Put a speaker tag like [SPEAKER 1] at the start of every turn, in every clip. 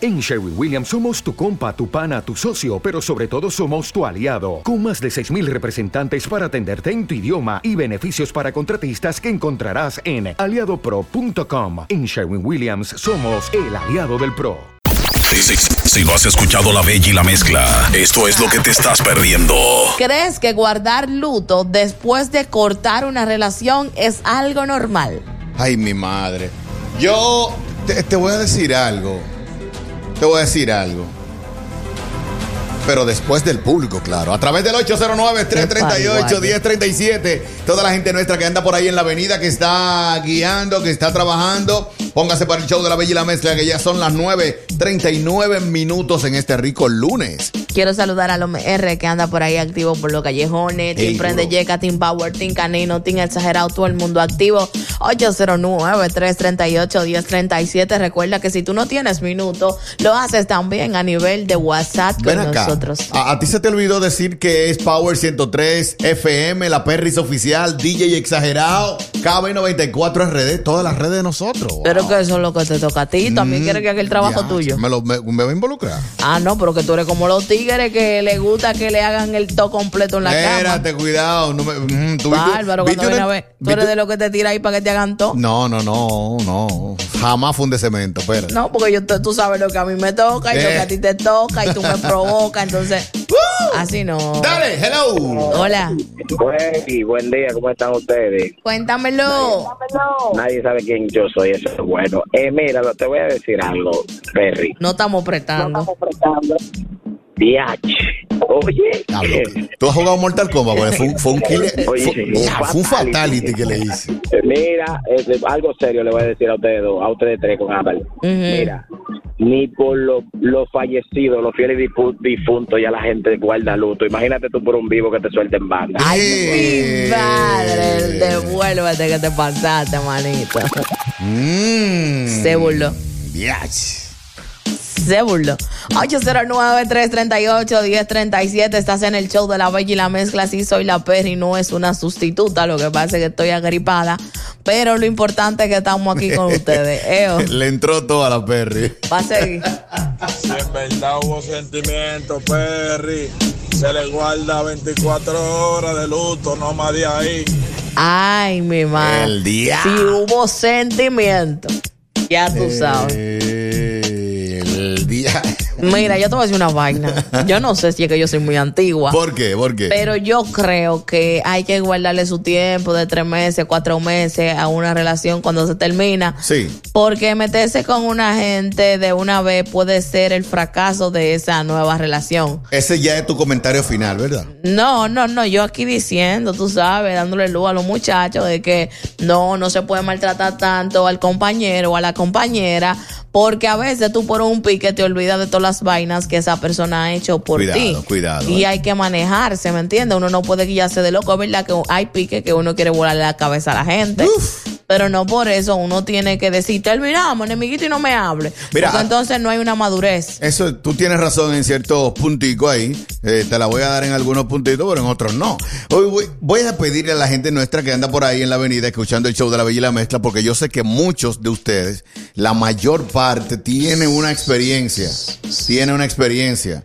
[SPEAKER 1] En Sherwin Williams somos tu compa, tu pana, tu socio, pero sobre todo somos tu aliado, con más de 6.000 representantes para atenderte en tu idioma y beneficios para contratistas que encontrarás en aliadopro.com. En Sherwin Williams somos el aliado del PRO.
[SPEAKER 2] Si, si- si no has escuchado La Bella y la Mezcla, esto es lo que te estás perdiendo.
[SPEAKER 3] ¿Crees que guardar luto después de cortar una relación es algo normal?
[SPEAKER 4] Ay, mi madre. Yo te, te voy a decir algo. Te voy a decir algo. Pero después del público, claro. A través del 809-338-1037. Toda la gente nuestra que anda por ahí en la avenida, que está guiando, que está trabajando. Póngase para el show de la Bella y la Mezcla, que ya son las 9.39 minutos en este rico lunes.
[SPEAKER 3] Quiero saludar a los R que anda por ahí activo por los callejones.
[SPEAKER 4] Ey,
[SPEAKER 3] Team Prende
[SPEAKER 4] duro.
[SPEAKER 3] Yeca, Team Power, Team Canino, Team Exagerado, todo el mundo activo. 809-338-1037. Recuerda que si tú no tienes minuto, lo haces también a nivel de WhatsApp con
[SPEAKER 4] Ven acá. Ah,
[SPEAKER 3] nosotros.
[SPEAKER 4] A, a ti se te olvidó decir que es Power 103, FM, La Perris Oficial, DJ Exagerado, KB94 RD, todas las redes de nosotros. Wow.
[SPEAKER 3] Pero que eso es lo que te toca a ti. También quieres que haga el trabajo
[SPEAKER 4] Ya,
[SPEAKER 3] tuyo.
[SPEAKER 4] Me, lo, me, me voy a involucrar.
[SPEAKER 3] Ah, no, pero que tú eres como los tigres que le gusta que le hagan el to completo en la cama.
[SPEAKER 4] Espérate, cuidado. No me, mm, tú viste-
[SPEAKER 3] Bárbaro,
[SPEAKER 4] viste
[SPEAKER 3] cuando ven
[SPEAKER 4] una-
[SPEAKER 3] a ver. Tú
[SPEAKER 4] viste-
[SPEAKER 3] eres de los que te tira ahí para que te hagan todo.
[SPEAKER 4] No, no, no, no. Jamás fue un de cemento, espérate.
[SPEAKER 3] No, porque yo tú sabes lo que a mí me toca y lo
[SPEAKER 4] Eh.
[SPEAKER 3] que a ti te toca y tú me provocas, entonces así no.
[SPEAKER 4] Dale, hello.
[SPEAKER 3] Hola,
[SPEAKER 5] Güey, Pues, buen día, ¿cómo están ustedes?
[SPEAKER 3] cuéntamelo.
[SPEAKER 5] Nadie sabe quién yo soy, eso es bueno. Eh, mira, lo- te voy a decir algo, Perry.
[SPEAKER 3] No estamos prestando.
[SPEAKER 5] DH. Oye,
[SPEAKER 4] Diablo, Tú has jugado Mortal Kombat, porque fue, un- fue un killer.
[SPEAKER 5] Oye,
[SPEAKER 4] fue,
[SPEAKER 5] un
[SPEAKER 4] ya, fue un
[SPEAKER 5] fatality. Eh,
[SPEAKER 4] fatality que le hice.
[SPEAKER 5] mira, este, algo serio le voy a decir a ustedes dos, a ustedes tres con Apple. Mira, ni por lo- los fallecidos, los fieles difu- difuntos, ya la gente guarda luto. Imagínate tú por un vivo que te suelten banda.
[SPEAKER 3] Mi
[SPEAKER 4] Eh.
[SPEAKER 3] padre, devuélvete que te pasaste, manito.
[SPEAKER 4] Mm.
[SPEAKER 3] Se burló.
[SPEAKER 4] Biach.
[SPEAKER 3] Se burló. 809-338-1037. Estás en el show de la Bella y la Mezcla. Sí, soy la Perry. No es una sustituta. Lo que pasa es que estoy agripada. Pero lo importante es que estamos aquí con ustedes. Eo,
[SPEAKER 4] Le entró toda la perry.
[SPEAKER 3] va a seguir.
[SPEAKER 6] Si en verdad hubo sentimiento, Perry, se le guarda 24 horas de luto, no más de ahí.
[SPEAKER 3] Ay, mi madre.
[SPEAKER 4] El día.
[SPEAKER 3] Si hubo sentimiento. Ya tú sabes.
[SPEAKER 4] Eh, El día.
[SPEAKER 3] Mira, yo te voy a decir una vaina. Yo no sé si es que yo soy muy antigua.
[SPEAKER 4] ¿Por qué? ¿Por qué?
[SPEAKER 3] Pero yo creo que hay que guardarle su tiempo de tres meses, cuatro meses a una relación cuando se termina.
[SPEAKER 4] Sí.
[SPEAKER 3] Porque meterse con una gente de una vez puede ser el fracaso de esa nueva relación.
[SPEAKER 4] Ese ya es tu comentario final, ¿verdad?
[SPEAKER 3] No, no, no, yo aquí diciendo, tú sabes, dándole luz a los muchachos de que no, no se puede maltratar tanto al compañero o a la compañera, porque a veces tú por un pique te olvidas de todas las vainas que esa persona ha hecho por
[SPEAKER 4] Cuidado,
[SPEAKER 3] ti.
[SPEAKER 4] cuidado,
[SPEAKER 3] Y
[SPEAKER 4] eh.
[SPEAKER 3] hay que manejarse, ¿me entiendes? Uno no puede guiarse de loco, es verdad que hay pique que uno quiere volarle la cabeza a la gente. Pero no por eso uno tiene que decir, terminamos, enemiguito, y no me hable.
[SPEAKER 4] Mira, ah.
[SPEAKER 3] Porque
[SPEAKER 4] a-
[SPEAKER 3] entonces no hay una madurez.
[SPEAKER 4] Eso, tú tienes razón en ciertos punticos ahí. Eh, te la voy a dar en algunos puntitos, pero en otros no. Hoy voy, voy a pedirle a la gente nuestra que anda por ahí en la avenida escuchando el show de la Bella y la Mezcla, porque yo sé que muchos de ustedes, la mayor parte, tienen una experiencia. Tiene una experiencia.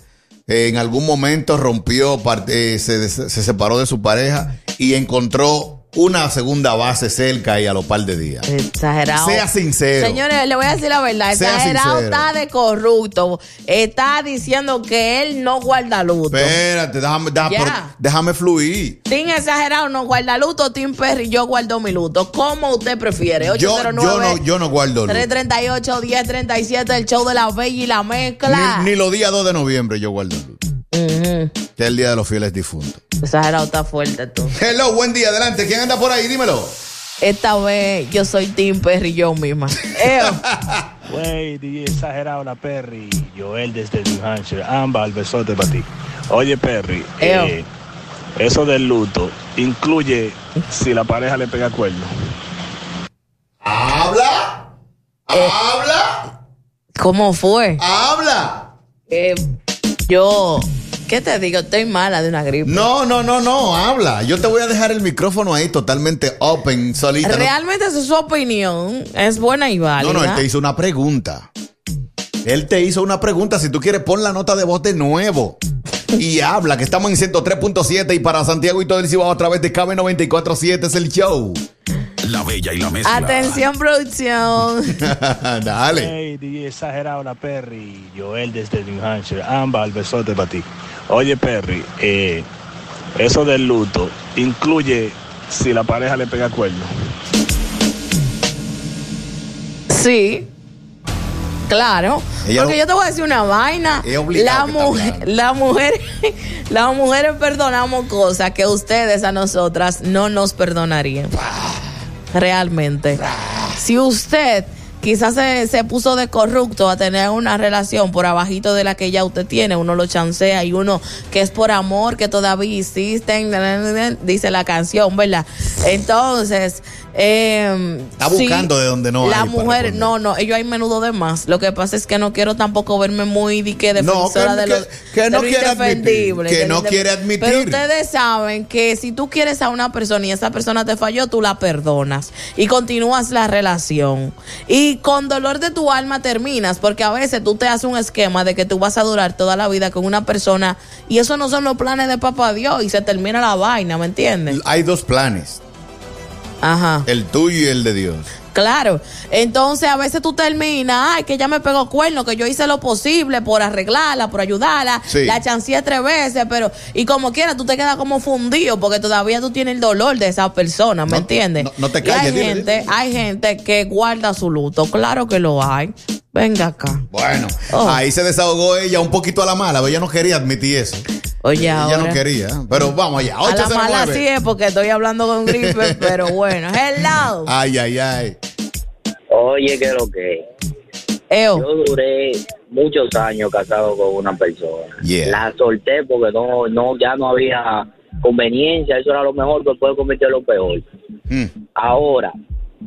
[SPEAKER 4] Eh, en algún momento rompió, par- eh, se, des- se separó de su pareja y encontró una segunda base cerca y a los par de días.
[SPEAKER 3] Exagerado.
[SPEAKER 4] Sea sincero.
[SPEAKER 3] Señores, le voy a decir la verdad.
[SPEAKER 4] Sea
[SPEAKER 3] Exagerado
[SPEAKER 4] sincero.
[SPEAKER 3] está de corrupto. Está diciendo que él no guarda luto.
[SPEAKER 4] Espérate, déjame, déjame,
[SPEAKER 3] Ya.
[SPEAKER 4] pero déjame fluir.
[SPEAKER 3] Team exagerado no guarda luto. Team Perry, yo guardo mi luto. ¿Cómo usted prefiere?
[SPEAKER 4] Yo, yo
[SPEAKER 3] 809
[SPEAKER 4] no, yo no guardo luto.
[SPEAKER 3] 338 1037 el show de la bella y la mezcla.
[SPEAKER 4] Ni, ni los días 2 de noviembre yo guardo luto.
[SPEAKER 3] Ujú.
[SPEAKER 4] Que es el día de los fieles difuntos.
[SPEAKER 3] Exagerado está fuerte tú.
[SPEAKER 4] Hello, buen día, adelante. ¿Quién anda por ahí? Dímelo.
[SPEAKER 3] Esta vez yo soy Team Perry yo misma. Eh, Eo.
[SPEAKER 7] Wey, DJ exagerado la Perry. Joel desde New Hampshire. Amba, el besote para ti. Oye, Perry.
[SPEAKER 3] Eo.
[SPEAKER 7] eh, eso del luto incluye si la pareja le pega cuerno.
[SPEAKER 4] Habla. Habla.
[SPEAKER 3] ¿Cómo fue?
[SPEAKER 4] Habla.
[SPEAKER 3] Eh, yo, ¿qué te digo? Estoy mala de una gripe.
[SPEAKER 4] No, no, no, no. Habla. Yo te voy a dejar el micrófono ahí totalmente open, solita. No-
[SPEAKER 3] Realmente esa es su opinión. Es buena y
[SPEAKER 4] No,
[SPEAKER 3] válida.
[SPEAKER 4] no, él te hizo una pregunta. Él te hizo una pregunta. Si tú quieres, pon la nota de voz de nuevo. Y habla, que estamos en 103.7 y para Santiago y todo el Cibao a través de KB947 es el show.
[SPEAKER 2] La Bella y la Mezcla.
[SPEAKER 3] Atención, producción.
[SPEAKER 4] Dale.
[SPEAKER 7] Hey, DJ exagerado la Perry, Joel desde New Hampshire, Amba, el besote para ti. Oye Perry, eh, eso del luto incluye si la pareja le pega cuerno.
[SPEAKER 3] Sí. Claro.
[SPEAKER 4] Ella
[SPEAKER 3] porque
[SPEAKER 4] no-
[SPEAKER 3] yo te voy a decir una vaina.
[SPEAKER 4] Es obligado
[SPEAKER 3] La
[SPEAKER 4] que está
[SPEAKER 3] mujer,
[SPEAKER 4] hablando.
[SPEAKER 3] la mujer, las mujeres perdonamos cosas que ustedes a nosotras no nos perdonarían. Realmente. Si usted quizás se, se puso de corrupto a tener una relación por abajito de la que ya usted tiene, uno lo chancea y uno que es por amor, que todavía existen, dice la canción, ¿verdad? Entonces, eh,
[SPEAKER 4] Está buscando de donde no
[SPEAKER 3] La
[SPEAKER 4] hay para
[SPEAKER 3] mujer,
[SPEAKER 4] responder.
[SPEAKER 3] no, no, ellos hay menudo de más. Lo que pasa es que no quiero tampoco verme muy di que
[SPEAKER 4] No,
[SPEAKER 3] defensora
[SPEAKER 4] que-
[SPEAKER 3] de los
[SPEAKER 4] que- que no
[SPEAKER 3] de lo
[SPEAKER 4] quiere admitir,
[SPEAKER 3] indefendible,
[SPEAKER 4] que
[SPEAKER 3] de lo
[SPEAKER 4] no
[SPEAKER 3] indef-
[SPEAKER 4] quiere admitir.
[SPEAKER 3] Pero ustedes saben que si tú quieres a una persona y esa persona te falló, tú la perdonas y continúas la relación. Y con dolor de tu alma terminas, porque a veces tú te haces un esquema de que tú vas a durar toda la vida con una persona y eso no son los planes de papá Dios y se termina la vaina, ¿me entiendes?
[SPEAKER 4] Hay dos planes,
[SPEAKER 3] Ajá.
[SPEAKER 4] el tuyo y el de Dios.
[SPEAKER 3] Claro, entonces a veces tú terminas, ay, que ya me pegó cuerno, que yo hice lo posible por arreglarla, por ayudarla,
[SPEAKER 4] Sí.
[SPEAKER 3] la chanceé tres veces, pero y como quiera tú te quedas como fundido porque todavía tú tienes el dolor de esa persona, ¿me
[SPEAKER 4] No,
[SPEAKER 3] entiendes?
[SPEAKER 4] no- no te
[SPEAKER 3] Y
[SPEAKER 4] calles,
[SPEAKER 3] hay
[SPEAKER 4] dile,
[SPEAKER 3] gente,
[SPEAKER 4] dile.
[SPEAKER 3] hay gente que guarda su luto, claro que lo hay. Venga acá.
[SPEAKER 4] Bueno,
[SPEAKER 3] Oh.
[SPEAKER 4] ahí se desahogó ella un poquito a la mala, pero ella no quería admitir eso.
[SPEAKER 3] Oye,
[SPEAKER 4] Ella
[SPEAKER 3] ahora.
[SPEAKER 4] no quería, pero vamos allá.
[SPEAKER 3] a la mala
[SPEAKER 4] 809.
[SPEAKER 3] sí es porque estoy hablando con gripe, pero bueno, hello.
[SPEAKER 4] Ay, ay, ay.
[SPEAKER 5] Oye, que lo que.
[SPEAKER 3] Eo.
[SPEAKER 5] Yo duré muchos años casado con una persona.
[SPEAKER 4] Yeah.
[SPEAKER 5] La solté porque no, no, ya no había conveniencia. Eso era lo mejor, pero puede convertir en lo peor.
[SPEAKER 4] Mm.
[SPEAKER 5] Ahora,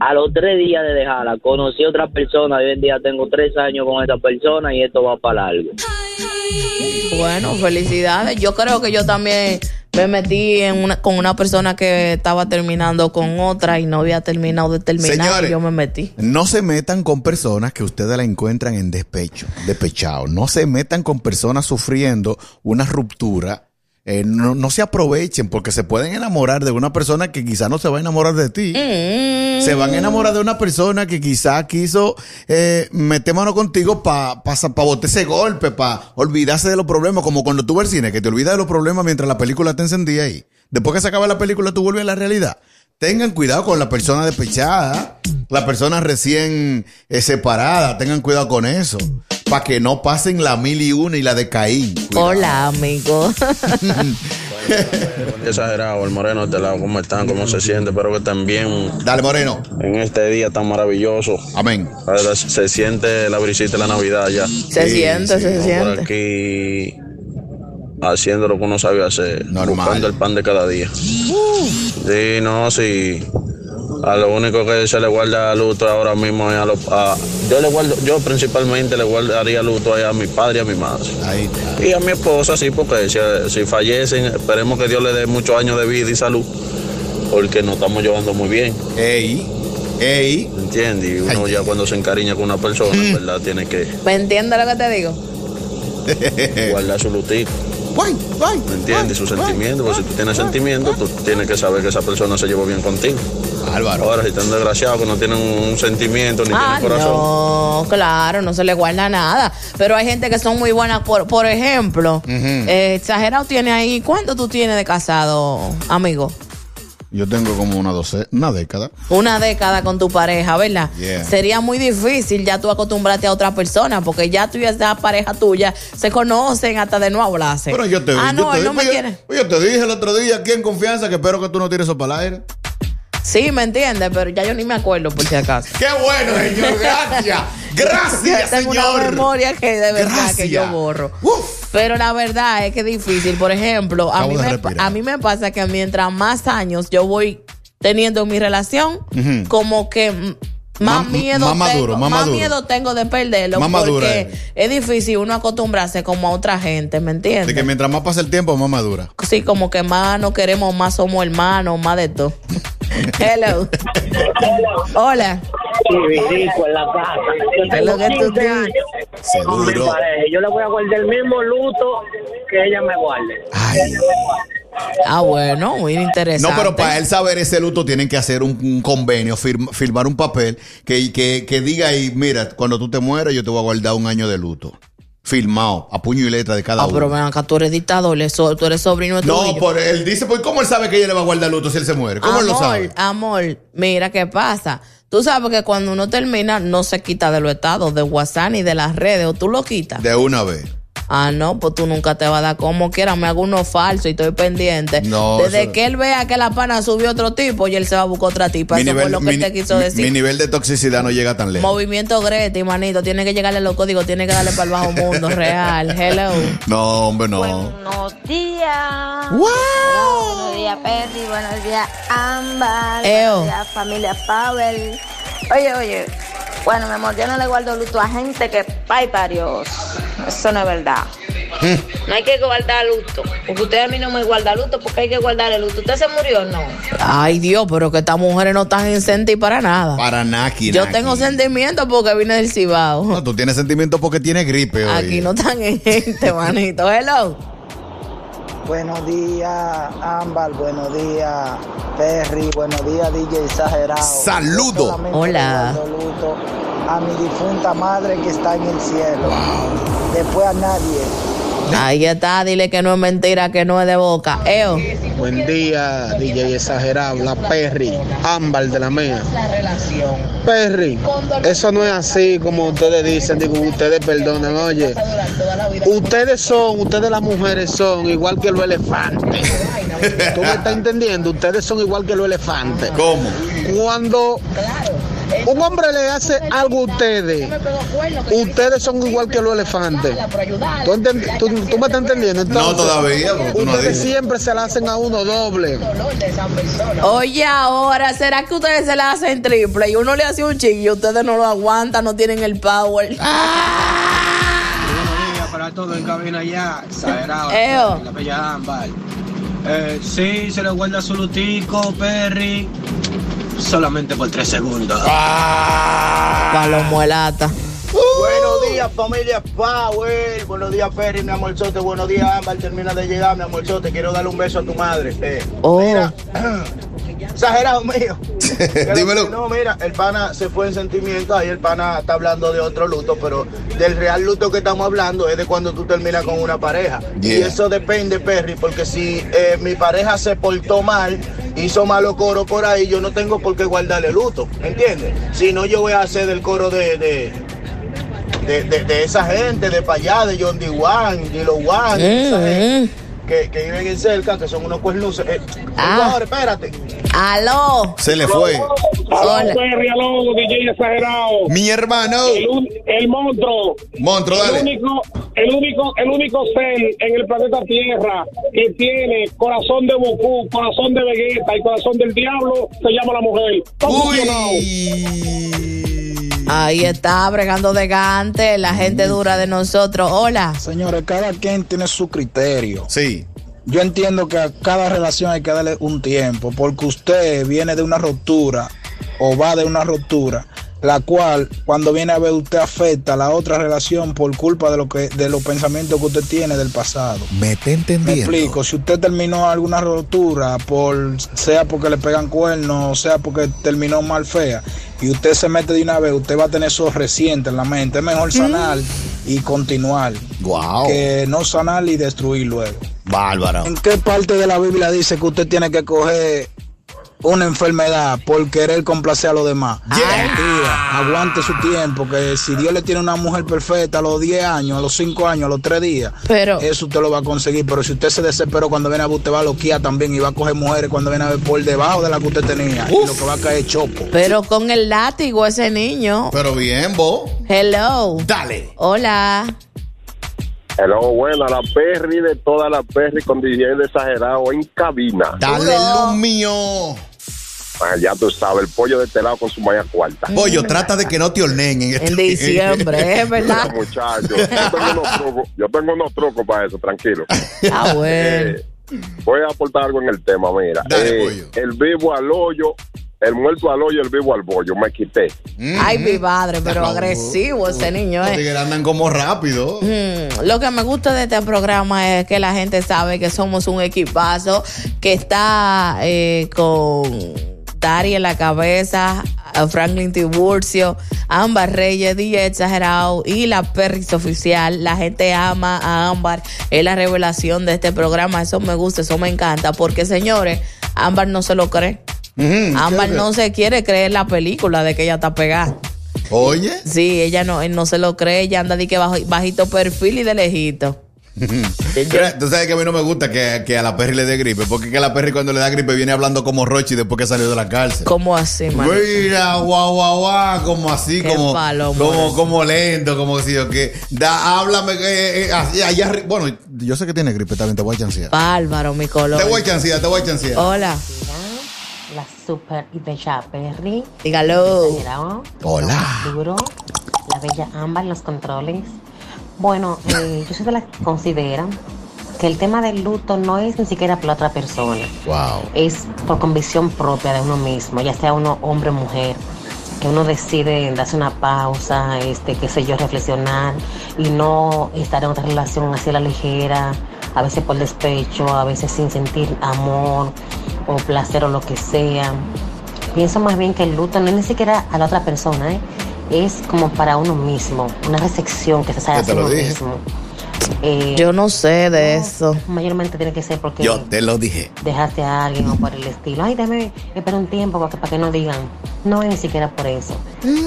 [SPEAKER 5] a los tres días de dejarla, conocí a otra persona. Hoy en día tengo tres años con esa persona y esto va para largo.
[SPEAKER 3] Bueno, felicidades. Yo creo que yo también me metí en una, con una persona que estaba terminando con otra y no había terminado de terminar
[SPEAKER 4] Señores.
[SPEAKER 3] y yo me metí.
[SPEAKER 4] No se metan con personas que ustedes la encuentran en despecho, despechado. No se metan con personas sufriendo una ruptura. Eh, no, no se aprovechen porque se pueden enamorar de una persona que quizá no se va a enamorar de ti.
[SPEAKER 3] Mm.
[SPEAKER 4] Se van a enamorar de una persona que quizá quiso eh, meter mano contigo para pa, sa- pa botar ese golpe, para olvidarse de los problemas, como cuando tú vas al cine, que te olvidas de los problemas mientras la película te encendía ahí. Después que se acaba la película, tú vuelves a la realidad. Tengan cuidado con la persona despechada, la persona recién eh, separada, tengan cuidado con eso, para que no pasen la mil y una y la de Caín. Cuidado.
[SPEAKER 3] Hola, amigo.
[SPEAKER 6] Exagerado, el moreno de este lado, ¿cómo están? ¿Cómo se siente? Espero que estén bien
[SPEAKER 4] Dale, Moreno.
[SPEAKER 6] en este día tan maravilloso.
[SPEAKER 4] Amén.
[SPEAKER 6] Ahora Se siente la brisita de la Navidad ya.
[SPEAKER 3] Se
[SPEAKER 4] Sí,
[SPEAKER 3] siente,
[SPEAKER 4] sí,
[SPEAKER 3] se
[SPEAKER 6] Estamos por
[SPEAKER 3] siente.
[SPEAKER 6] aquí haciendo lo que uno sabe hacer,
[SPEAKER 4] Normal.
[SPEAKER 6] buscando el pan de cada día. Sí, no, sí. A lo único que se le guarda luto ahora mismo es a los... a- yo le guardo, yo principalmente le guardaría luto a mi padre y a mi madre.
[SPEAKER 4] Ahí está.
[SPEAKER 6] Y a mi esposa, sí, porque si, si fallecen, esperemos que Dios le dé muchos años de vida y salud, porque nos estamos llevando muy bien,
[SPEAKER 4] Ey, ey.
[SPEAKER 6] ¿entiendes? Y uno
[SPEAKER 4] Ay.
[SPEAKER 6] ya cuando se encariña con una persona,
[SPEAKER 3] Mm.
[SPEAKER 6] en ¿verdad? Tiene que
[SPEAKER 3] ¿Me entiendes lo que te digo? Eh.
[SPEAKER 6] guardar su lutito.
[SPEAKER 4] Guay, guay,
[SPEAKER 6] ¿Me entiendes?
[SPEAKER 4] guay,
[SPEAKER 3] Ah,
[SPEAKER 6] Sus
[SPEAKER 4] guay,
[SPEAKER 6] sentimientos, porque si tú tienes sentimientos, tú tienes que saber que esa persona se llevó bien contigo.
[SPEAKER 4] Álvaro.
[SPEAKER 6] Ahora, si están desgraciados, que no tienen un sentimiento ni
[SPEAKER 3] Ah,
[SPEAKER 6] tienen corazón.
[SPEAKER 3] no, claro, no se le guarda nada. Pero hay gente que son muy buenas. Por, por ejemplo, eh, exagerado tiene ahí. ¿Cuánto tú tienes de casado, amigo?
[SPEAKER 4] Yo tengo como una doce, una década.
[SPEAKER 3] una década con tu pareja, ¿verdad?
[SPEAKER 4] Yeah.
[SPEAKER 3] Sería muy difícil ya tú acostumbrarte a otra persona, porque ya tú y esa pareja tuya se conocen hasta de no hablarse.
[SPEAKER 4] Pero yo te yo
[SPEAKER 3] Ah, no,
[SPEAKER 4] te, pues
[SPEAKER 3] él no me
[SPEAKER 4] yo-
[SPEAKER 3] quiere.
[SPEAKER 4] Yo te dije el otro día aquí en confianza que espero que tú no tires eso para el aire.
[SPEAKER 3] Sí, me entiendes, pero ya yo ni me acuerdo por si acaso.
[SPEAKER 4] ¡Qué bueno, señor! ¡Gracias! ¡Gracias,
[SPEAKER 3] Tengo una
[SPEAKER 4] señor!
[SPEAKER 3] memoria que de verdad que yo
[SPEAKER 4] Gracias.
[SPEAKER 3] borro.
[SPEAKER 4] Uf.
[SPEAKER 3] Pero la verdad es que es difícil. Por ejemplo, a
[SPEAKER 4] Acabo
[SPEAKER 3] mí,
[SPEAKER 4] de
[SPEAKER 3] me,
[SPEAKER 4] respirar.
[SPEAKER 3] a mí me pasa que mientras más años yo voy teniendo mi relación,
[SPEAKER 4] Ujú.
[SPEAKER 3] como que mm, más
[SPEAKER 4] Más-
[SPEAKER 3] miedo
[SPEAKER 4] más
[SPEAKER 3] tengo,
[SPEAKER 4] maduro, más maduro.
[SPEAKER 3] miedo tengo de perderlo
[SPEAKER 4] Más
[SPEAKER 3] porque
[SPEAKER 4] madura eres.
[SPEAKER 3] es difícil uno acostumbrarse como a otra gente, ¿me
[SPEAKER 4] De que
[SPEAKER 3] entiendes?
[SPEAKER 4] mientras más pasa el tiempo, más madura.
[SPEAKER 3] Sí, como que más nos queremos, más somos hermanos, más de todo. Hello. Hola.
[SPEAKER 5] chivirico en la casa. Yo
[SPEAKER 3] Es lo
[SPEAKER 5] tengo
[SPEAKER 3] que tú
[SPEAKER 5] 15
[SPEAKER 3] tienes.
[SPEAKER 5] años con mi
[SPEAKER 4] Seguro.
[SPEAKER 5] pareja. Yo le voy a guardar el mismo luto que ella me guarde.
[SPEAKER 4] Ay.
[SPEAKER 3] Ah, bueno, muy
[SPEAKER 4] No,
[SPEAKER 3] interesante.
[SPEAKER 4] pero para él saber ese luto tienen que hacer un, un convenio, firma- firmar un papel que, que, que diga ahí, mira, cuando tú te mueras yo te voy a guardar un año de luto. Firmado, a puño y letra de cada
[SPEAKER 3] Ah, pero
[SPEAKER 4] uno.
[SPEAKER 3] ven acá, tú eres dictador, le so- tú eres sobrino de
[SPEAKER 4] No,
[SPEAKER 3] tuyo.
[SPEAKER 4] por, él dice, pues ¿cómo él sabe que ella le va a guardar luto si él se muere? ¿Cómo él lo
[SPEAKER 3] amor, ah.
[SPEAKER 4] sabe?
[SPEAKER 3] amor, mira qué pasa. Tú sabes que cuando uno termina, no se quita de los estados, de WhatsApp ni de las redes, o tú lo quitas.
[SPEAKER 4] De una vez.
[SPEAKER 3] Ah, no, pues tú nunca te vas a dar como quiera, me hago uno falso y estoy pendiente.
[SPEAKER 4] No,
[SPEAKER 3] Desde
[SPEAKER 4] eso-
[SPEAKER 3] que él vea que la pana subió otro tipo y él se va a buscar otra tipa. Pues Eso fue lo que él
[SPEAKER 4] mi-
[SPEAKER 3] te quiso
[SPEAKER 4] mi-
[SPEAKER 3] decir.
[SPEAKER 4] mi nivel de toxicidad no llega tan lejos.
[SPEAKER 3] Movimiento Greti, manito, tiene que llegarle los códigos, tiene que darle para el bajo mundo real. Hello.
[SPEAKER 4] No, hombre, no.
[SPEAKER 8] Buenos días. Buenos
[SPEAKER 3] ¡Wow!
[SPEAKER 8] días, Perry. Buenos días, Ámbar.
[SPEAKER 3] Eo.
[SPEAKER 8] Buenos días, familia Powell. Oye, oye. Bueno, mi amor, yo no le guardo luto a gente que pay parios. Eso no es verdad. No hay que guardar luto. Porque usted a mí no me guarda luto porque hay que guardar el luto. ¿Usted se murió no?
[SPEAKER 3] Ay, Dios, pero que estas mujeres no están en senti para nada.
[SPEAKER 4] Para Naki.
[SPEAKER 3] Yo
[SPEAKER 4] Naki.
[SPEAKER 3] tengo sentimientos porque vine del Cibao.
[SPEAKER 4] No, tú tienes sentimientos porque tienes gripe. hoy.
[SPEAKER 3] Aquí no están en gente, manito. Hello.
[SPEAKER 9] Buenos días, Ámbar. Buenos días, Perry. Buenos días, DJ Exagerado.
[SPEAKER 4] Saludo.
[SPEAKER 9] Yo solamente
[SPEAKER 3] Hola.
[SPEAKER 9] le mando luto a mi difunta madre que está en el cielo. Después a nadie.
[SPEAKER 3] Ahí está, dile que no es mentira, que no es de boca. Eo.
[SPEAKER 10] Buen día, DJ exagerado, la Perry, ámbar de la mía. Perry, eso no es así como ustedes dicen, digo, ustedes perdonan, oye. Ustedes son, ustedes las mujeres son igual que los elefantes. ¿Tú me estás entendiendo? Ustedes son igual que los elefantes.
[SPEAKER 4] ¿Cómo?
[SPEAKER 10] Cuando un hombre le hace algo a ustedes, ustedes son igual que los elefantes. ¿Tú, enten- tú- tú me estás entendiendo?
[SPEAKER 4] No
[SPEAKER 10] Entonces,
[SPEAKER 4] todavía, porque tú no
[SPEAKER 10] Ustedes
[SPEAKER 4] dices.
[SPEAKER 10] siempre se la hacen a uno doble.
[SPEAKER 3] Oye, ahora, ¿será que ustedes se la hacen triple y uno le hace un ching y ustedes no lo aguantan, no tienen el power?
[SPEAKER 10] Para todo en cabina ya, exagerado.
[SPEAKER 3] Eo.
[SPEAKER 10] La bella ámbar. Eh, sí, se le guarda su lutico, Perry. Solamente por tres segundos.
[SPEAKER 3] Palomuelata.
[SPEAKER 9] Buenos días, familia Power. Buenos días, Perry, mi amorzote. Buenos días, Ámbar. Termina de llegar, mi amorzote. Quiero darle un beso a tu madre. Eh,
[SPEAKER 3] Oh.
[SPEAKER 9] Mira, exagerado mío. Pero
[SPEAKER 4] Dímelo.
[SPEAKER 9] No, mira, el pana se fue en sentimiento. Ahí el pana está hablando de otro luto, pero del real luto que estamos hablando es de cuando tú terminas con una pareja.
[SPEAKER 4] Yeah.
[SPEAKER 9] Y eso depende, Perry, porque si eh, mi pareja se portó mal, hizo malo coro por ahí, yo no tengo por qué guardarle luto, ¿me entiendes? Si no, yo voy a hacer del coro de- de, de, de, de esa gente de para allá, de John D. Wan, Dilo Wan, de esa
[SPEAKER 3] Eh, mm,
[SPEAKER 9] gente que, que viven en cerca, que son unos cuernuces. Eh,
[SPEAKER 3] Ah.
[SPEAKER 9] por favor, espérate.
[SPEAKER 3] Aló.
[SPEAKER 4] Se le fue.
[SPEAKER 3] Hola.
[SPEAKER 5] Perry, aló, DJ exagerado.
[SPEAKER 4] Mi hermano.
[SPEAKER 5] un- el monstruo.
[SPEAKER 4] Monstruo,
[SPEAKER 5] El
[SPEAKER 4] dale.
[SPEAKER 5] único, el único, el único ser en el planeta Tierra que tiene corazón de Goku, corazón de Vegeta y corazón del diablo se llama la mujer. Está funcionado.
[SPEAKER 4] Uy.
[SPEAKER 3] Ahí está, bregando de gante, la gente dura de nosotros. Hola.
[SPEAKER 10] Señores, cada quien tiene su criterio.
[SPEAKER 4] Sí.
[SPEAKER 10] Yo entiendo que a cada relación hay que darle un tiempo, porque usted viene de una ruptura o va de una ruptura, la cual cuando viene a ver usted afecta a la otra relación por culpa de lo que de los pensamientos que usted tiene del pasado.
[SPEAKER 4] Me te
[SPEAKER 10] Me
[SPEAKER 4] entendiendo.
[SPEAKER 10] explico, si usted terminó alguna rotura, por, sea porque le pegan cuernos, sea porque terminó mal fea, y usted se mete de una vez, usted va a tener eso reciente en la mente. Es mejor sanar y continuar,
[SPEAKER 4] Wow.
[SPEAKER 10] que no sanar y destruir luego.
[SPEAKER 4] Bárbaro.
[SPEAKER 10] ¿En qué parte de la Biblia dice que usted tiene que coger una enfermedad por querer complacer a los demás? Mentira. Aguante su tiempo, que si Dios le tiene una mujer perfecta a los 10 años, a los 5 años, a los 3 días,
[SPEAKER 3] Pero-
[SPEAKER 10] eso usted lo va a conseguir. Pero si usted se desesperó cuando viene a ver, usted va a loquear también y va a coger mujeres cuando viene a ver por debajo de la que usted tenía. Y lo que va a caer es chopo.
[SPEAKER 3] Pero con el látigo ese niño.
[SPEAKER 4] Pero bien, vos.
[SPEAKER 3] Hello.
[SPEAKER 4] Dale.
[SPEAKER 3] Hola.
[SPEAKER 11] Hello, buena, la Perry de toda la Perry con DJ de exagerado en cabina.
[SPEAKER 4] Dale
[SPEAKER 3] Duro.
[SPEAKER 4] luz mío.
[SPEAKER 11] Ah, ya tú sabes, el pollo de este lado con su malla cuarta.
[SPEAKER 4] Pollo, trata de que no te orneguen.
[SPEAKER 3] En diciembre,
[SPEAKER 11] Mira,
[SPEAKER 3] es verdad.
[SPEAKER 11] muchachos, yo tengo unos trucos, yo tengo unos trucos para eso, tranquilo.
[SPEAKER 3] Ah, bueno.
[SPEAKER 11] Eh, voy a aportar algo en el tema, mira.
[SPEAKER 4] Dale,
[SPEAKER 11] Eh,
[SPEAKER 4] pollo.
[SPEAKER 11] el vivo al hoyo, El muerto al hoyo, el vivo al bollo. Me quité.
[SPEAKER 3] Ay, mi padre, pero agresivo ese niño,
[SPEAKER 4] Los
[SPEAKER 3] ¿eh?
[SPEAKER 4] tigres andan como rápido.
[SPEAKER 3] Mm, Lo que me gusta de este programa es que la gente sabe que somos un equipazo que está eh, con Dari en la cabeza, a Franklin Tiburcio, Ámbar Reyes, DJ Exagerado y la Perris Oficial. La gente ama a Ámbar, es la revelación de este programa. Eso me gusta, eso me encanta, porque señores, Ámbar no se lo cree.
[SPEAKER 4] Mm,
[SPEAKER 3] Ámbar
[SPEAKER 4] chévere.
[SPEAKER 3] no se quiere creer la película de que ella está pegada.
[SPEAKER 4] Oye.
[SPEAKER 3] Sí, ella no, él no se lo cree, ella anda de que bajo- bajito perfil y de lejito.
[SPEAKER 4] Mira, tú sabes que a mí no me gusta que, que a la Perry le dé gripe, porque que a la Perry cuando le da gripe viene hablando como Rochi después que salió de la cárcel.
[SPEAKER 3] ¿Cómo así, man?
[SPEAKER 4] Mira, guau, guau, guau, como así,
[SPEAKER 3] Qué
[SPEAKER 4] como,
[SPEAKER 3] palomo
[SPEAKER 4] como,
[SPEAKER 3] eres.
[SPEAKER 4] como lento, como si yo que, da, háblame, eh, eh, así, allá arri- bueno, yo sé que tiene gripe también, te voy a chancear.
[SPEAKER 3] Bárbaro, mi color.
[SPEAKER 4] Te voy a chancear, te voy a chancear.
[SPEAKER 3] Hola.
[SPEAKER 12] La super y bella Perry.
[SPEAKER 3] Dígalo.
[SPEAKER 12] Exagerado,
[SPEAKER 4] Hola.
[SPEAKER 12] Duro. La bella Ámbar en los controles. Bueno, eh, yo soy de las que considera que el tema del luto no es ni siquiera por la otra persona.
[SPEAKER 4] Wow.
[SPEAKER 12] Es por convicción propia de uno mismo, ya sea uno hombre o mujer. Que uno decide darse una pausa, este, qué sé yo, reflexionar y no estar en otra relación así a la ligera, a veces por despecho, a veces sin sentir amor o placer o lo que sea. Pienso más bien que el luto no es ni siquiera a la otra persona, ¿eh? es como para uno mismo, una recepción que se
[SPEAKER 4] Ya
[SPEAKER 12] sabe
[SPEAKER 4] te
[SPEAKER 12] hacer
[SPEAKER 4] lo
[SPEAKER 12] uno
[SPEAKER 4] dije.
[SPEAKER 12] mismo. Eh,
[SPEAKER 3] Yo no sé de eso.
[SPEAKER 12] Mayormente tiene que ser porque
[SPEAKER 4] Yo te lo dije.
[SPEAKER 12] dejaste a alguien o por el estilo. Ay, dame, espera un tiempo para que, para que no digan. No es ni siquiera por eso.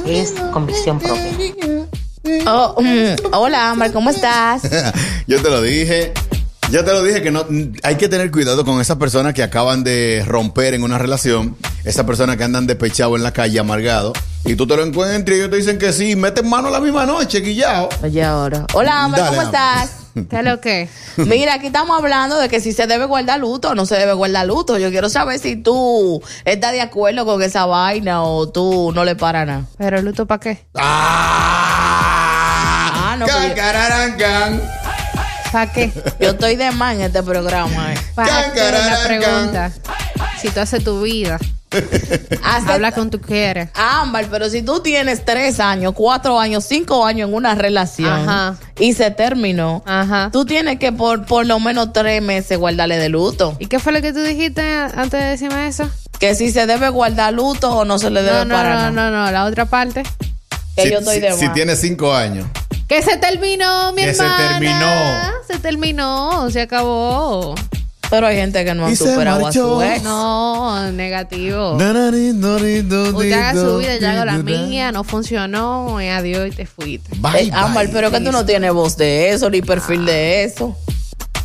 [SPEAKER 12] Es convicción propia.
[SPEAKER 3] Oh, mm, hola, Ámbar, ¿cómo estás?
[SPEAKER 4] yo te lo dije. Yo te lo dije que no hay que tener cuidado con esas personas que acaban de romper en una relación, esas personas que andan despechados en la calle, amargado, y tú te lo encuentras y ellos te dicen que sí, meten mano la misma noche, guillao.
[SPEAKER 3] Oye, ahora. Hola, Ámbar,
[SPEAKER 4] Dale,
[SPEAKER 3] ¿cómo
[SPEAKER 4] Ámbar.
[SPEAKER 3] estás? ¿Qué lo que? Mira, aquí estamos hablando de que si se debe guardar luto o no se debe guardar luto. Yo quiero saber si tú estás de acuerdo con esa vaina o tú no le paras nada.
[SPEAKER 13] Pero luto para qué?
[SPEAKER 3] Ah, no, pero yo-
[SPEAKER 13] ¿Para qué?
[SPEAKER 3] Yo estoy de más en este programa. eh.
[SPEAKER 13] ¿Para qué? La
[SPEAKER 3] Can,
[SPEAKER 13] pregunta. Si tú haces tu vida, habla con tu quieres.
[SPEAKER 3] Ámbar, pero si tú tienes tres años, cuatro años, cinco años en una relación
[SPEAKER 13] Ajá.
[SPEAKER 3] y se terminó, tú tienes que por, por lo menos tres meses guardarle de luto.
[SPEAKER 13] ¿Y qué fue lo que tú dijiste antes de decirme eso?
[SPEAKER 3] Que si se debe guardar luto o no se le debe
[SPEAKER 13] No, no,
[SPEAKER 3] para
[SPEAKER 13] no,
[SPEAKER 3] nada.
[SPEAKER 13] no, no, la otra parte.
[SPEAKER 3] Que
[SPEAKER 4] si,
[SPEAKER 3] yo estoy
[SPEAKER 4] si-
[SPEAKER 3] de
[SPEAKER 4] si
[SPEAKER 3] más.
[SPEAKER 4] tienes cinco años.
[SPEAKER 13] Que se terminó, mi
[SPEAKER 4] Que se
[SPEAKER 13] hermana.
[SPEAKER 4] terminó.
[SPEAKER 13] Se terminó, se acabó.
[SPEAKER 3] Pero hay gente que no ha
[SPEAKER 13] Y se
[SPEAKER 3] superado a su
[SPEAKER 13] marchó.
[SPEAKER 3] ex.
[SPEAKER 13] No,
[SPEAKER 3] Oh.
[SPEAKER 13] negativo. Usted
[SPEAKER 4] Usted
[SPEAKER 13] haga su vida, yo hago la mía, no funcionó, eh, adiós y te fuiste.
[SPEAKER 3] Eh, Ámbar, pero que tú no tienes voz de eso ni perfil de eso.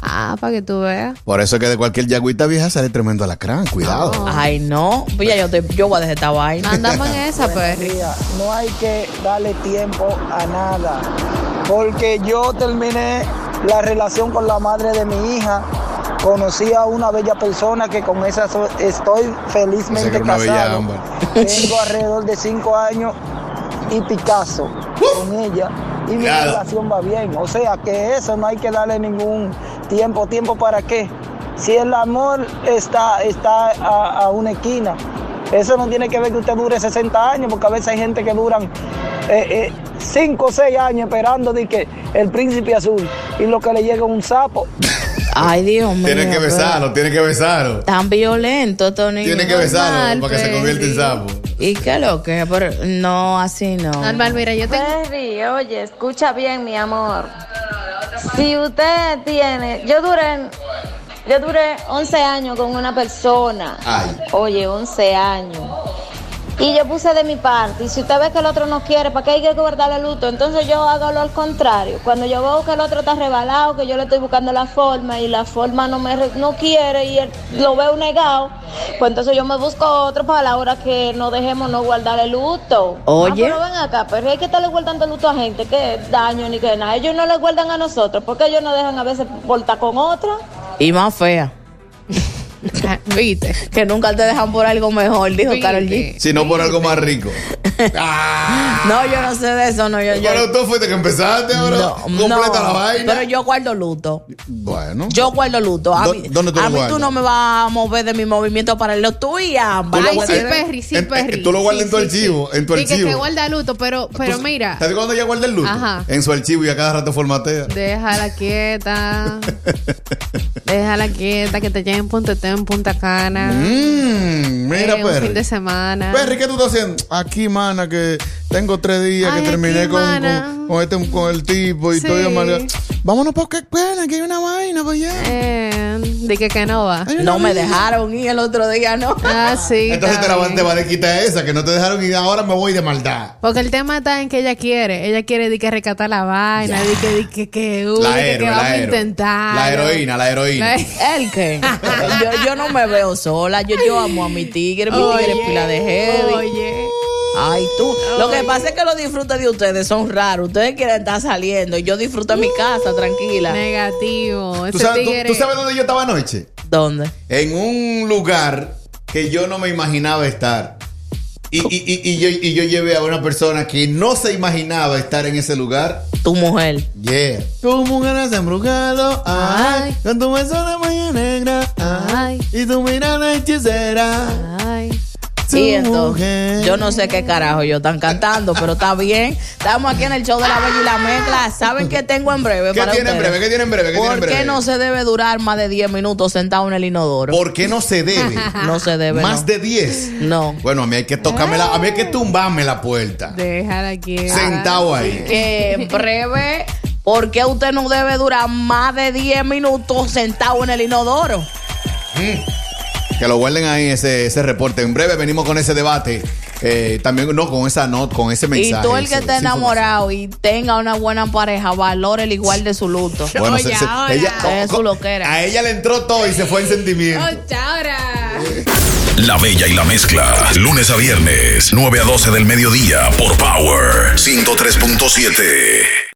[SPEAKER 13] Ah, para que tú veas.
[SPEAKER 4] Por eso que de cualquier yagüita vieja sale tremendo alacrán, cuidado.
[SPEAKER 3] Ay, no. Pues ya yo, te, yo voy a dejar esta vaina.
[SPEAKER 13] Andamos en esa, pues. Perry.
[SPEAKER 14] No hay que darle tiempo a nada. Porque yo terminé la relación con la madre de mi hija. Conocí a una bella persona que con esa so- estoy
[SPEAKER 4] Pensé que
[SPEAKER 14] felizmente
[SPEAKER 4] era una bella
[SPEAKER 14] casado.
[SPEAKER 4] ámbar.
[SPEAKER 14] Tengo alrededor de cinco años y Picasso con ella. Y mi
[SPEAKER 4] Claro.
[SPEAKER 14] relación va bien. O sea que eso no hay que darle ningún tiempo. ¿Tiempo para qué? Si el amor está, está a, a una esquina. Eso no tiene que ver que usted dure 60 años, porque a veces hay gente que duran 5 o 6 años esperando de que el príncipe azul y lo que le llega es un sapo.
[SPEAKER 3] Ay, Dios mío.
[SPEAKER 4] Tienes que
[SPEAKER 3] pero-
[SPEAKER 4] besarlo, tienes que besarlo.
[SPEAKER 3] Tan violento estos niños.
[SPEAKER 4] Tienes que besarlo para que se convierta en sapo.
[SPEAKER 3] ¿Y qué lo que? Pero no, así no.
[SPEAKER 13] mira, yo
[SPEAKER 8] tengo. oye, escucha bien, mi amor. Si usted tiene. Yo duré. Yo duré 11 años con una persona.
[SPEAKER 4] Ay.
[SPEAKER 8] Oye, 11 años. Y yo puse de mi parte. Y si usted ve que el otro no quiere, ¿para qué hay que guardarle el luto? Entonces yo hago lo al contrario. Cuando yo veo que el otro está rebalado, que yo le estoy buscando la forma y la forma no me re- no quiere y él- lo veo negado, pues entonces yo me busco otro para la hora que no dejemos no guardar el luto.
[SPEAKER 3] Oye.
[SPEAKER 8] Ah, pero ven acá, pero es que estarle guardando luto a gente, que daño ni que nada. Ellos no le guardan a nosotros, porque ellos no dejan a veces portar con otra.
[SPEAKER 3] Y más fea.
[SPEAKER 13] Viste.
[SPEAKER 3] Que nunca te dejan por algo mejor, Ah, dijo Carol G.
[SPEAKER 4] Si no por algo más rico.
[SPEAKER 3] No, yo no sé de eso, no. Yo, yo-
[SPEAKER 4] Pero tú fuiste que empezaste ahora.
[SPEAKER 3] No,
[SPEAKER 4] completa la
[SPEAKER 3] no,
[SPEAKER 4] vaina.
[SPEAKER 3] Pero yo guardo luto.
[SPEAKER 4] Bueno.
[SPEAKER 3] Yo guardo luto. A
[SPEAKER 4] ¿Dó-
[SPEAKER 3] mí,
[SPEAKER 4] dónde tú lo
[SPEAKER 3] a mí tú
[SPEAKER 4] guardas?
[SPEAKER 3] no me vas a mover de mi movimiento para el tú y ambas.
[SPEAKER 4] Tú lo
[SPEAKER 13] Ay, sí,
[SPEAKER 4] guardas-
[SPEAKER 13] Perry, sí,
[SPEAKER 4] en- en-
[SPEAKER 13] Perry.
[SPEAKER 4] Eh, tú lo guardas
[SPEAKER 13] Sí,
[SPEAKER 4] en tu
[SPEAKER 13] sí,
[SPEAKER 4] archivo,
[SPEAKER 13] sí.
[SPEAKER 4] en tu
[SPEAKER 13] Sí, que- Que,
[SPEAKER 4] archivo. Pues,
[SPEAKER 13] guarda luto, pero, pero mira,
[SPEAKER 4] ¿Sabes cuándo ella guarda el luto?
[SPEAKER 13] Ajá.
[SPEAKER 4] En su archivo y a cada rato formatea.
[SPEAKER 13] déjala quieta. déjala quieta, que te lleven Punta Teo en Punta Cana.
[SPEAKER 4] Mm, mira, Pues,
[SPEAKER 13] Eh, Un
[SPEAKER 4] Perry.
[SPEAKER 13] fin de semana.
[SPEAKER 4] Perry, ¿qué tú estás haciendo? Aquí, mana, que tengo tres días
[SPEAKER 13] Ay,
[SPEAKER 4] que terminé
[SPEAKER 13] aquí,
[SPEAKER 4] con,
[SPEAKER 13] mana.
[SPEAKER 4] con, con este, con el tipo y
[SPEAKER 13] Sí.
[SPEAKER 4] estoy amargado. Vámonos para qué pena, que hay una vaina para allá.
[SPEAKER 13] Eh, de que Canova.
[SPEAKER 4] No me
[SPEAKER 3] dejaron ir el otro día, ¿no?
[SPEAKER 13] Ah, sí.
[SPEAKER 4] Entonces te la van-
[SPEAKER 13] también.
[SPEAKER 4] te van a quitar esa, que no te dejaron y ahora me voy de maldad.
[SPEAKER 13] Porque el tema está en que ella quiere. Ella quiere de que recatar la vaina, de que, de que, que, uy,
[SPEAKER 4] La
[SPEAKER 13] de que,
[SPEAKER 4] héroe,
[SPEAKER 13] vamos
[SPEAKER 4] la
[SPEAKER 13] a
[SPEAKER 4] héroe.
[SPEAKER 13] intentar.
[SPEAKER 4] La heroína, la heroína.
[SPEAKER 3] ¿El qué? yo, yo no me veo sola. Yo, yo amo a mi tigre. Mi tigre es pila de heavy.
[SPEAKER 13] Oye.
[SPEAKER 3] Ay, tú. Lo que pasa es que los disfrutes de ustedes son raros. Ustedes quieren estar saliendo. Yo disfruto en mi casa, tranquila.
[SPEAKER 13] Negativo.
[SPEAKER 4] ¿Tú
[SPEAKER 13] Ese
[SPEAKER 4] sabes, tú-
[SPEAKER 13] tigre.
[SPEAKER 4] tú sabes dónde yo estaba anoche?
[SPEAKER 3] ¿Dónde?
[SPEAKER 4] En un lugar que yo no me imaginaba estar. Y, y- y- y yo, y yo llevé a una persona que no se imaginaba estar en ese lugar.
[SPEAKER 3] Tu mujer.
[SPEAKER 4] Yeah. Tu mujer se embrujado, ay, con tu beso de mañana negra, ay, y tu mirada hechicera.
[SPEAKER 13] Ay.
[SPEAKER 3] Y entonces, yo no sé qué carajo yo están cantando, pero está bien. Estamos aquí en el show de la Bella y la Mezcla. ¿Saben qué tengo en breve?
[SPEAKER 4] ¿Qué
[SPEAKER 3] para
[SPEAKER 4] tiene en
[SPEAKER 3] ustedes?
[SPEAKER 4] breve? ¿Qué tiene en breve? ¿Qué tiene en
[SPEAKER 3] ¿Por
[SPEAKER 4] breve?
[SPEAKER 3] qué no se debe durar más de 10 minutos sentado en el inodoro?
[SPEAKER 4] ¿Por qué no se debe?
[SPEAKER 3] No se debe.
[SPEAKER 4] Más
[SPEAKER 3] no.
[SPEAKER 4] de 10.
[SPEAKER 3] No.
[SPEAKER 4] Bueno, a mí hay que tocarme la, a mí hay que tumbarme la puerta.
[SPEAKER 13] Déjala quieta.
[SPEAKER 4] Sentado ahí.
[SPEAKER 3] que en breve, ¿por qué usted no debe durar más de 10 minutos sentado en el inodoro?
[SPEAKER 4] Que lo guarden ahí ese, ese reporte. En breve venimos con ese debate. Eh, también, no, con esa nota, con ese mensaje.
[SPEAKER 3] y tú el que
[SPEAKER 4] ese-
[SPEAKER 3] esté
[SPEAKER 4] esa
[SPEAKER 3] enamorado y tenga una buena pareja, valore el igual de su luto.
[SPEAKER 4] información. Bueno, se- se- ella-
[SPEAKER 3] es su loquera.
[SPEAKER 4] a ella le entró todo y se fue en sentimiento.
[SPEAKER 2] La Bella y la Mezcla. Lunes a viernes, 9 a 12 del mediodía por Power 103.7.